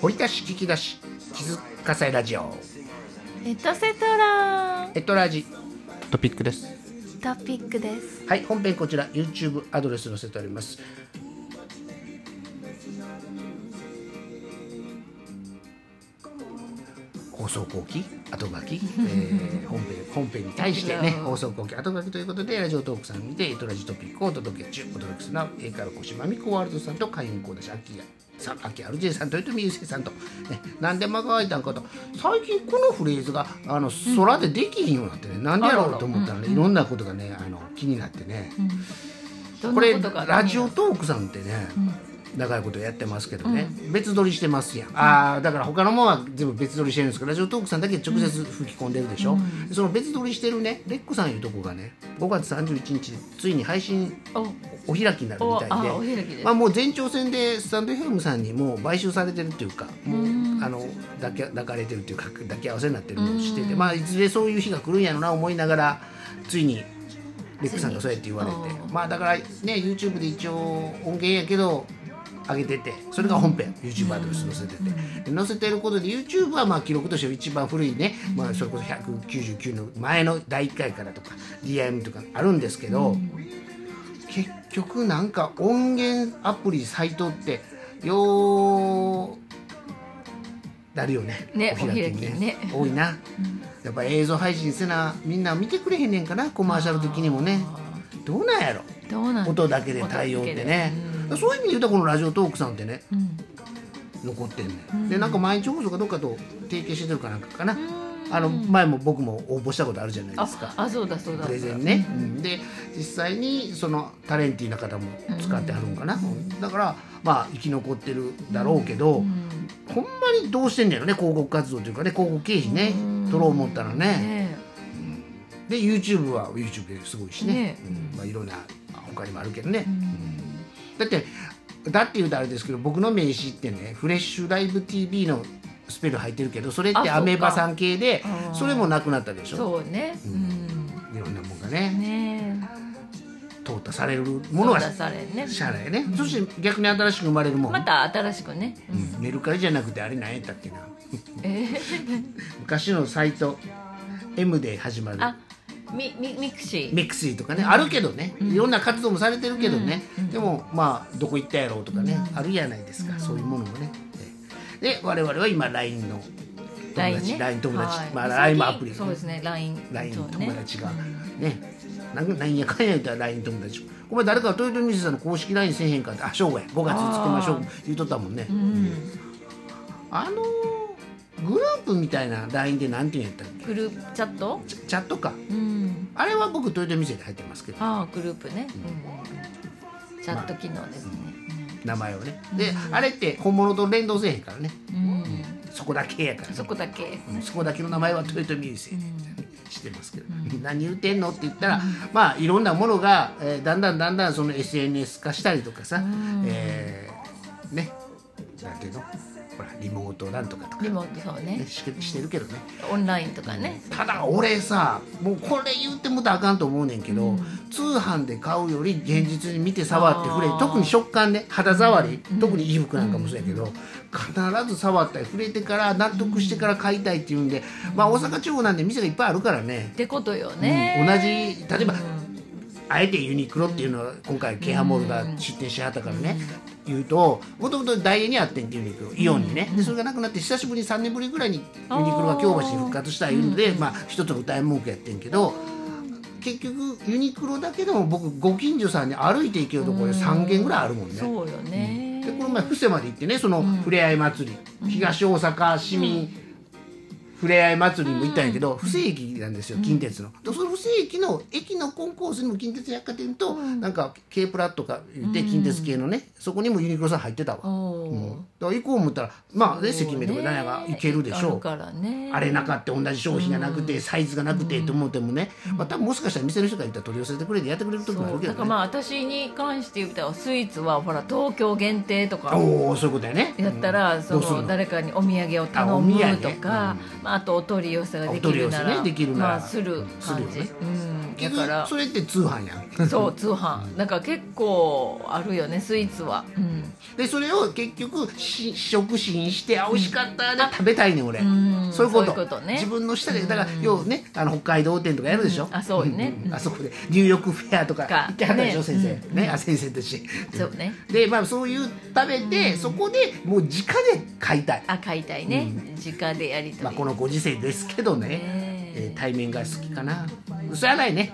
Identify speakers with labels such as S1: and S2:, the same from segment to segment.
S1: 掘り出し聞き出し気づかせラジオ
S2: エトセトラ
S1: エトラジ
S3: トピックです
S2: トピックです
S1: はい本編こちら YouTube アドレス載せております放送後期後書 き、えー、本編本編に対してね
S2: いや
S1: 放送後期後書きということでラジオトークさんにてエトラジトピックをお届け中お届けするのは英会話講師まみこワールドさんと開運講師アキヤさんアキアルジェさんと豊臣優勢さんと、ね、何でも乾いたんかと最近このフレーズがあの空でできひんようになってねなんでやろうと思ったらねいろんなことがねあの気になってね、
S2: ど
S1: こ
S2: んな
S1: れ
S2: ことが
S1: ラジオトークさんってね、長いことやってますけどね、別撮りしてますやん、あーだから他のもんは全部別撮りしてるんですけどラジオトークさんだけ直接吹き込んでるでしょ、その別撮りしてるねレックさんいうとこがね5月31日ついに配信
S2: お
S1: お開きになるみ
S2: お
S1: たい
S2: あお
S1: で
S2: 開きです、
S1: まあ、もう前兆戦でスタンドヘムさんにもう買収されてるっていうかもうあの抱き抱かれてるっていうか抱き合わせになってるのをしてて、まあ、いずれそういう日が来るんやろな思いながらついにレックさんがそうやって言われて
S2: ついに
S1: まあだからね YouTube で一応音源やけど上げててそれが本編 YouTube アドレス載せてて、で載せてることで YouTube はまあ記録としては一番古いね、まあ、それこそ199の前の第1回からとか DIM とかあるんですけど。結局なんか音源アプリサイトってようなるよね
S2: ね
S1: お開き
S2: お開きね
S1: 多いな、やっぱ映像配信せなみんな見てくれへんねんかなコマーシャル的にもねどうなんやろ
S2: どうなん
S1: 音だけで対応ってね、そういう意味で言うとこのラジオトークさんってね
S2: うんうん
S1: 残ってんね、ん、でなんか毎日放送かどっかと提携してるかなんかかな、
S2: うん
S1: あの前も僕も応募したことあるじゃない
S2: あ
S1: ですか
S2: あそうだそうだ
S1: プレゼンね、うんで実際にそのタレンティーな方も使ってはるんかな、だからまあ生き残ってるだろうけど、ほんまにどうしてんだよね広告活動というかね広告経費ね、取ろう思ったらね
S2: ね
S1: で YouTube は YouTube ですごいしね
S2: ね
S1: うんまあ、いろんな他にもあるけどね、うんだってだって言うとあれですけど僕の名刺ってねフレッシュライブ TV のスペル入ってるけどそれっ
S2: あそう
S1: て
S2: か
S1: アメーバさん系で
S2: あー
S1: それもなくなったでしょ
S2: そうねうん
S1: いろんなもんがね
S2: ね
S1: 淘汰されるものは
S2: 淘汰されるね
S1: しゃあないね、そして逆に新しく生まれるもん、
S2: また新しくね
S1: うんメルカリじゃなくてあれ何やったっけな
S2: えー
S1: 昔のサイト M で始まる
S2: あミミミクシー
S1: ミクシーとかねあるけどね、いろんな活動もされてるけどね、でもまあどこ行ったやろうとかね、あるやないですか、そういうものもねでで我々は今 LINE の友達
S2: LINE ね
S1: LINE 友達、
S2: はい
S1: まあ、
S2: 最
S1: LINE
S2: 近
S1: もアプリ
S2: そうですね LINE
S1: LINE
S2: そうね
S1: 友達がねなんかなんやかんや言うたら LINE 友達お前誰か豊臣秀さんの公式 LINE せえへんかってあ正午や5月つけましょう言うとったもんね、あのーグループみたいな LINE でなんて言うんやったっ
S2: グループチャット
S1: けチャチャットか
S2: うん
S1: あれは僕豊臣秀で入ってますけど
S2: ああグループねうんチャット機能ですね
S1: 名前をねで、あれって本物と連動せえへんからね
S2: うん
S1: そこだけやからね
S2: そこだけ
S1: うんそこだけの名前は豊臣秀生してますけど、何言うてんのって言ったら、まあいろんなものが、えーだんだんだんだんその SNS 化したりとかさ、えーねなんていうのほらリモートなんとかとか、
S2: リモートそうね
S1: ね、ししてるけどね
S2: オンラインとかね
S1: ただ俺さもうこれ言うてもたらあかんと思うねんけど、通販で買うより現実に見て触って触れ
S2: あー
S1: 特に食感ね肌触り、特に衣服なんかもそうやけど、必ず触ったり触れてから納得してから買いたいっていうんで、まあ大阪地方なんで店がいっぱいあるからね
S2: ってことよね
S1: うん同じ例えば、あえてユニクロっていうのは今回ケハモールが出店しはったからね、言うともともと大英にあってんってユニクロイオンにね、でそれがなくなって久しぶりに3年ぶりぐらいにユニクロが京橋に復活したいうんで、まあ一つの歌い文句やってんけど。結局ユニクロだけでも僕ご近所さんに歩いて行けるところで3軒ぐらいあるもんね。
S2: そうよね
S1: でこの前布施まで行ってねそのふれあい祭り、東大阪市民ふれあい祭りにも行ったんやけど、布施駅なんですよ近鉄の、でその布施駅の駅のコンコースにも近鉄百貨店と、なんか K プラとか言って近鉄系のね、そこにもユニクロさん入ってたわ、
S2: おー
S1: うんだから行こう思ったらまあね
S2: そうね
S1: 関名とか何やら行けるでし
S2: あ
S1: ょ
S2: るからね
S1: あれなかって同じ商品がなくて、サイズがなくてと思ってもね、まあ多分もしかしたら店の人が言ったら取り寄せてくれてやってくれる時もあ
S2: そ
S1: る
S2: う
S1: け
S2: だ
S1: ど
S2: から
S1: ね
S2: まあ私に関して言ったらスイーツはほら東京限定とか
S1: おおそういうことやね
S2: やったらそ
S1: どうする
S2: の
S1: の
S2: 誰かにお土産を
S1: あ
S2: 頼
S1: お土
S2: む
S1: 産
S2: とかまああとお取り寄せがで
S1: お
S2: き
S1: 取り
S2: る
S1: 寄
S2: な
S1: せ
S2: ら
S1: ねできるなら
S2: まあする感
S1: す
S2: じ
S1: るよね
S2: うんだ
S1: 結
S2: から
S1: 局それって通販やん
S2: そう通販なんか結構あるよねスイーツは、うん、
S1: でそれを結局し試食ししてあ美味しかったで食べたいねん俺
S2: ん
S1: そういうこと
S2: そういうことね
S1: 自分の舌でだから要はねあの北海道店とかやるでしょ
S2: うんあそうよね
S1: んんあそこでニューヨークフェアとか
S2: か
S1: 行ってはったでしょ
S2: ね
S1: 先生ねあ先生たち
S2: そうね
S1: でまあそういう食べてそこでもう直で買いたい
S2: あ買いたいね、直でやりとり、
S1: まあこのご時世ですけどね
S2: ね
S1: えー対面が好きかなそれはないね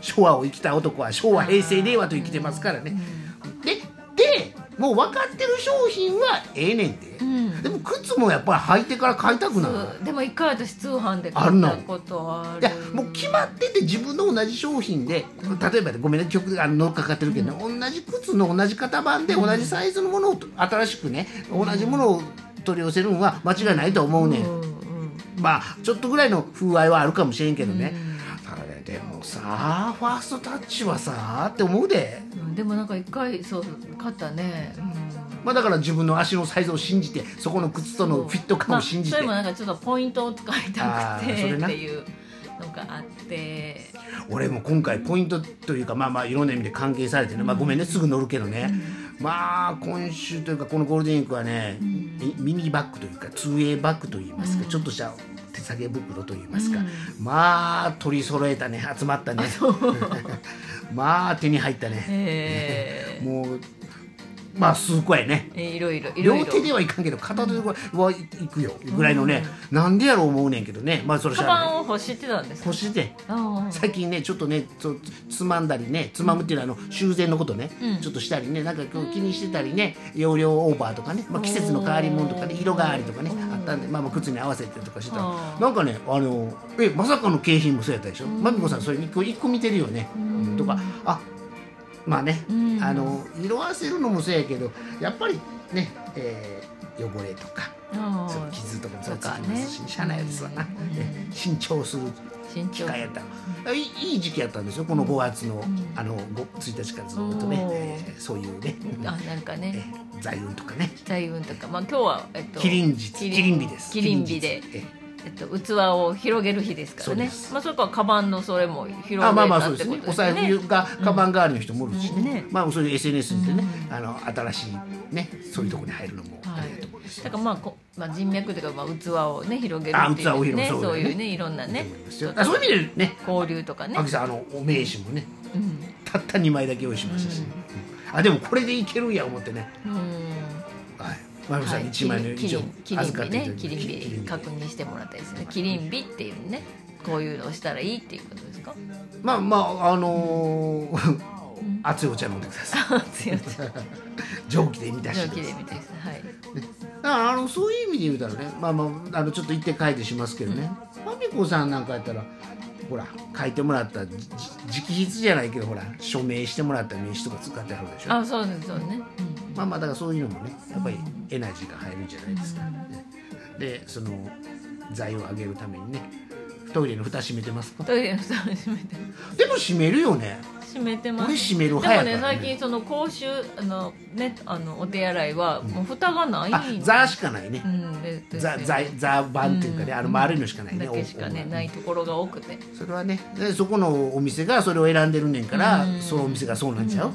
S1: 昭和を生きた男は昭和平成令和と生きてますからねででもう分かってる商品はええねんで、
S2: ん
S1: でも靴もやっぱり履いてから買いたくなる
S2: そうでも一回私通販で
S1: ある
S2: 買
S1: の
S2: ったことある
S1: いやもう決まってて自分の同じ商品で例えばねごめんね曲あの乗っかかってるけど、同じ靴の同じ型番で同じサイズのものを新しくね同じものを取り寄せるのは間違いないと思うねん、
S2: うんうん
S1: まあちょっとぐらいの風合いはあるかもしれんけどね、ただねでもさファーストタッチはさって思うで、
S2: うんでもなんか一回そう買ったね、
S1: まあ、だから自分の足のサイズを信じてそこの靴と
S2: うん
S1: のフィット感を信じて、
S2: まあそれもなんかちょっとポイントを使い
S1: あ
S2: たくて
S1: ーそれな
S2: っていうのがあって
S1: 俺も今回ポイントというかまあまあいろんな意味で関係されてね、まあ、ごめんねすぐ乗るけどね、まあ今週というかこのゴールデンウィークはね、ミミニバッグというか 2way バッグといいますか、ちょっとした手提げ袋といいますか、まあ取り揃えたね集まったね まあ手に入ったね、
S2: え
S1: もうまあ数個やね
S2: ー、いろいろいろ
S1: 両
S2: いろ
S1: 手ではいかんけど片手ではいくよぐらいのね、なんでやろう思うねんけどねまあそれし
S2: カ
S1: ゃあ
S2: バ
S1: ない
S2: ンを欲してたんですか
S1: 腰で
S2: あー
S1: 最近ねちょっとねつつまんだりねつまむっていうのはあの修繕のことね、
S2: うん
S1: ちょっとしたりねなんかこう気にしてたりね容量オーバーとかね、まあ、季節の変わりもんとかね
S2: おー
S1: 色変わりとかねあったんで、まあ、まあ靴に合わせてとかしてたら
S2: あー
S1: なんかねあのえまさかの景品もそうやったでしょまみこさんそれ一個一個見てるよね、とかあまあね、
S2: うん
S1: あの色あせるのもそうやけどやっぱりね、えー汚れとか。
S2: あ
S1: そう
S2: ー
S1: 傷とかもつ
S2: そう
S1: き
S2: かね
S1: ますし、社内ですわな、え新調する
S2: 慎
S1: 機
S2: 重
S1: 会やった、いいいい時期やったんですよこの5月の,、あの5 1日からずっとね
S2: おー、
S1: えーそういうね、
S2: あなんか
S1: え
S2: ね
S1: ー財運とかね
S2: 財運とかまあ今日はえっと
S1: キリン日キリン日です
S2: キリン日
S1: キ
S2: で
S1: リン日え
S2: えっと、器を広げる日ですから
S1: そうで
S2: ね
S1: す
S2: まあそれからカバンのそれも広げ
S1: あ
S2: た
S1: まあまあそう
S2: っ
S1: で
S2: て
S1: す
S2: こ
S1: ねお
S2: とです
S1: 財
S2: よね
S1: 布がカバン代わりの人もおるしね,、
S2: ね
S1: まあそういう SNS でね、あの新しいねそういうところに入るのもあ
S2: はい
S1: りがとうございます、、
S2: だからまあこ、まあ、人脈というか、まあ、器をね広げる
S1: あ
S2: ってい
S1: 器
S2: う
S1: を広げる
S2: ね
S1: そうだね
S2: そういうねいろんない
S1: い
S2: ね
S1: と思いますよあそういう意味でね
S2: 交流とかね
S1: あきさんあのお名刺もね
S2: うん
S1: たった2枚だけ用意しましたし、うんあでもこれでいけるんや思ってね
S2: うん
S1: はい真美さん
S2: はい
S1: 1枚の以上
S2: キリンキリン
S1: 預か
S2: 日
S1: っていた
S2: ね
S1: だき
S2: キリン
S1: キリン
S2: 日
S1: 日
S2: 確認してもらったりですねキリン日っていうねこういうのをしたらいいっていうことですか
S1: まあまああのー熱いお茶飲んでください
S2: 強ちゃん
S1: 蒸気で満たして
S2: 上
S1: くだ
S2: 気で
S1: さい
S2: 見てくださいはい
S1: だからあのそういう意味で言うたらねまあまああのちょっと言って書いてしますけどねまみこさんなんかやったらほら書いてもらったじじ直筆じゃないけどほら署名してもらった名刺とか使ってあるでしょ
S2: あそうですそうね
S1: まあまあだからそういうのもねやっぱりエナジーが入るんじゃないですか、ねでその財を上げるためにねトイレの蓋閉めてますか
S2: トイレの蓋を閉めて
S1: でも閉めるよね
S2: 閉めてます
S1: 俺閉める
S2: でも
S1: 派
S2: ね
S1: やからね
S2: 最近その公衆あのねあのお手洗いはもう蓋がない
S1: あ
S2: んで
S1: ザしかないね、
S2: うんでですよ
S1: ザ
S2: ね
S1: ザザ版っていうかね、あの丸いのしかないね
S2: だけしかね
S1: おお
S2: ないところが多くて
S1: それはねでそこのお店がそれを選んでるねんから、そのお店がそうなんちゃう、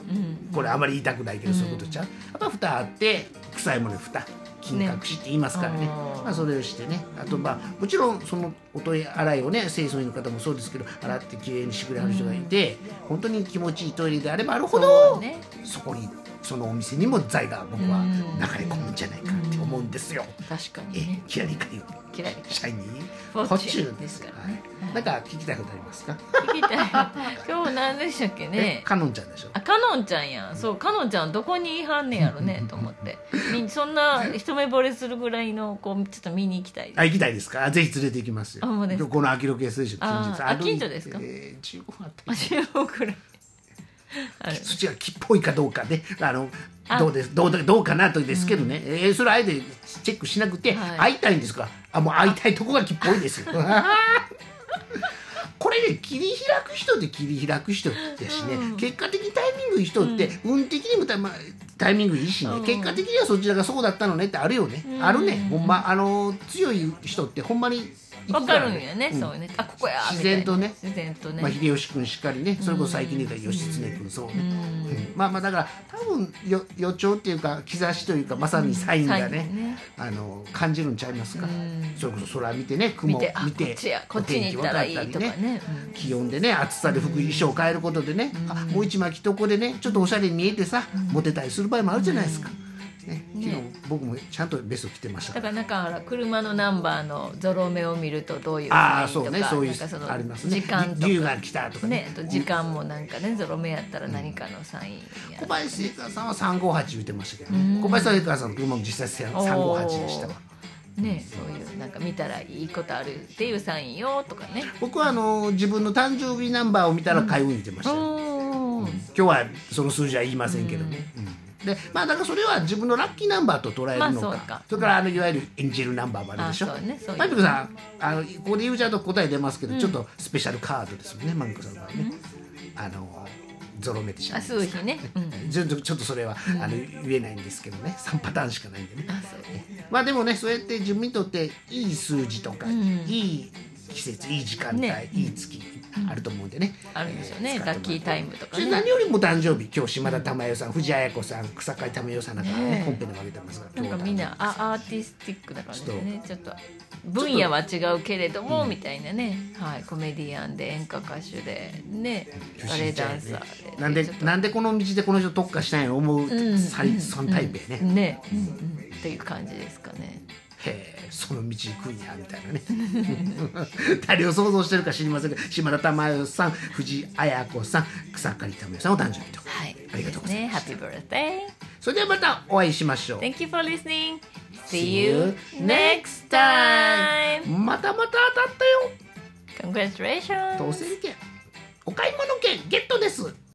S1: これあまり言いたくないけど、そういうことちゃうやっぱ蓋あって臭いものに蓋金隠しって言いますからね
S2: ね
S1: まあ、それをしてねあとまあもちろんそのおトイレ洗いをね清掃員の方もそうですけど洗ってきれいにしてくれはる人がいて、本当に気持ちいいトイレであればあるほ
S2: そ
S1: ど
S2: うね
S1: そこにそのお店にも財が僕は流れ込むんじゃないかって思うんですよ。
S2: 確かに
S1: え
S2: ね、
S1: キラリカリ
S2: 嫌い
S1: シャイニー、
S2: フォーチュン
S1: フォ
S2: ですからね
S1: はいなんか聞きたいことありますか？
S2: 聞きたい 今日何でしたっけ
S1: え
S2: ね、
S1: カノンちゃんでしょ。
S2: あかのんちゃんやんそうかのんちゃんどこにいはんねやろねと思ってみそんな一目惚れするぐらいのこうちょっと見に行きたいです
S1: あ行きたいですか？あぜひ連れて行きますよ。
S2: あもうですか
S1: この秋ロケステーション近日
S2: あー
S1: 歩
S2: あ
S1: いて
S2: 近所ですか
S1: えー15分あったり。
S2: 足をくらいあれ
S1: そっちが木っぽいかどうかね、あの
S2: あ
S1: どうですどうだどうかなとですけどね、えーそれあえてチェックしなくて、
S2: はい
S1: 会いたいんですか？あもう会いたいとこが木っぽいですよ。これね切り開く人って切り開く人やしね、結果的にタイミングいい人って、運的にもた、まあ、タイミングいいしね、
S2: うん
S1: 結果的にはそちらがそうだったのねってあるよね、あるねほんまあの強い人ってほんまに
S2: わかるんやね、
S1: うん
S2: そういうねあここや
S1: 自然とね
S2: みたいな自然とね、
S1: まあ、秀吉君しっかりねそれこそ最近で言ったら義経君そうね、うんまあまあだから多分よ予兆っていうか兆しというかまさにサインがね,、
S2: サインね
S1: あの感じるんちゃいますか、
S2: うん
S1: それこそ空見てね雲
S2: 見
S1: を
S2: てあ
S1: 見て
S2: こっちやこっちに行ったらいいとか
S1: お天気分ったり
S2: ねうん
S1: 気温でね暑さで服衣装を変えることでね、あもう一枚着とこでねちょっとおしゃれに見えてさ、モテたりする場合もあるじゃないですか、ね、昨日
S2: ね
S1: 僕もちゃんとベスト着てましたか
S2: だかららなんかほら車のナンバーのゾロ目を見るとどういう
S1: ああそ
S2: サインと
S1: う
S2: か
S1: ねそうい
S2: なんかそうの
S1: ありますね
S2: 時間と
S1: り竜
S2: か
S1: が来たとか
S2: ね
S1: ね
S2: あと時間もなんかねゾロ目やったら何かのサインや
S1: 小林聖華さんは358言ってましたけどね、
S2: うん
S1: 小林聖華さんの車も実際358でしたわ
S2: ねそういうなんか見たらいいことあるっていうサインよとかね
S1: 僕はあの自分の誕生日ナンバーを見たら開運言ってましたよ、
S2: おー
S1: 今日はその数字は言いませんけどね、うんでまあだからそれは自分のラッキーナンバーと捉えるのか,、
S2: まあそうか
S1: れからあのいわゆるエンジェルナンバーもあるでしょ
S2: あそうねそういう
S1: マリコさんあのここで言うちゃうと答え出ますけど、ちょっとスペシャルカードですもんねマリコさんはね、あのゾロ目でしょ
S2: あ数日ね、うん、
S1: ちょっとちょっとそれは、あの言えないんですけどね3パターンしかないんでね
S2: あそうね
S1: まあでもねそうやって自分にとっていい数字とか、
S2: ん
S1: いい季節いい時間帯、
S2: ね
S1: いい月あると思うんでね、
S2: あるんでしょうね
S1: え
S2: ラッキータイムとか
S1: それ
S2: ね
S1: 何よりも誕生日今日島田珠代さん藤あや子さん草刈珠代さんなんかね
S2: ねえ
S1: 本編でも挙げてますから
S2: なん
S1: 今日
S2: かみんなあアーティスティックだからですねちょっと
S1: と
S2: 分野は違うけれどもみたいなね、はい、コメディアンで演歌歌手でね
S1: 不
S2: バ
S1: 思
S2: レエ
S1: 議ちゃ
S2: ダ
S1: うよ
S2: ンサ
S1: ね
S2: ーで
S1: なんで
S2: ちょっと
S1: なんでこの道でこの人特化したんやろ思う
S2: うん
S1: 最三台北ね、へ
S2: ね、うんうん、っていう感じですかね
S1: えその道行くんやみたいなね 誰を想像してるか知りませんけど島田珠代さん藤あや子さん草刈珠代さんお誕生日と
S2: はい
S1: ありがとうござい
S2: ね
S1: ま
S2: ハ
S1: す
S2: ッピーバースデ
S1: それではまたお会いしましょう
S2: ー Thank you for listening
S1: See
S2: See
S1: you
S2: you
S1: next
S2: next time
S1: またまた当たったよ
S2: Congratulations
S1: 当選券お買い物券ゲットです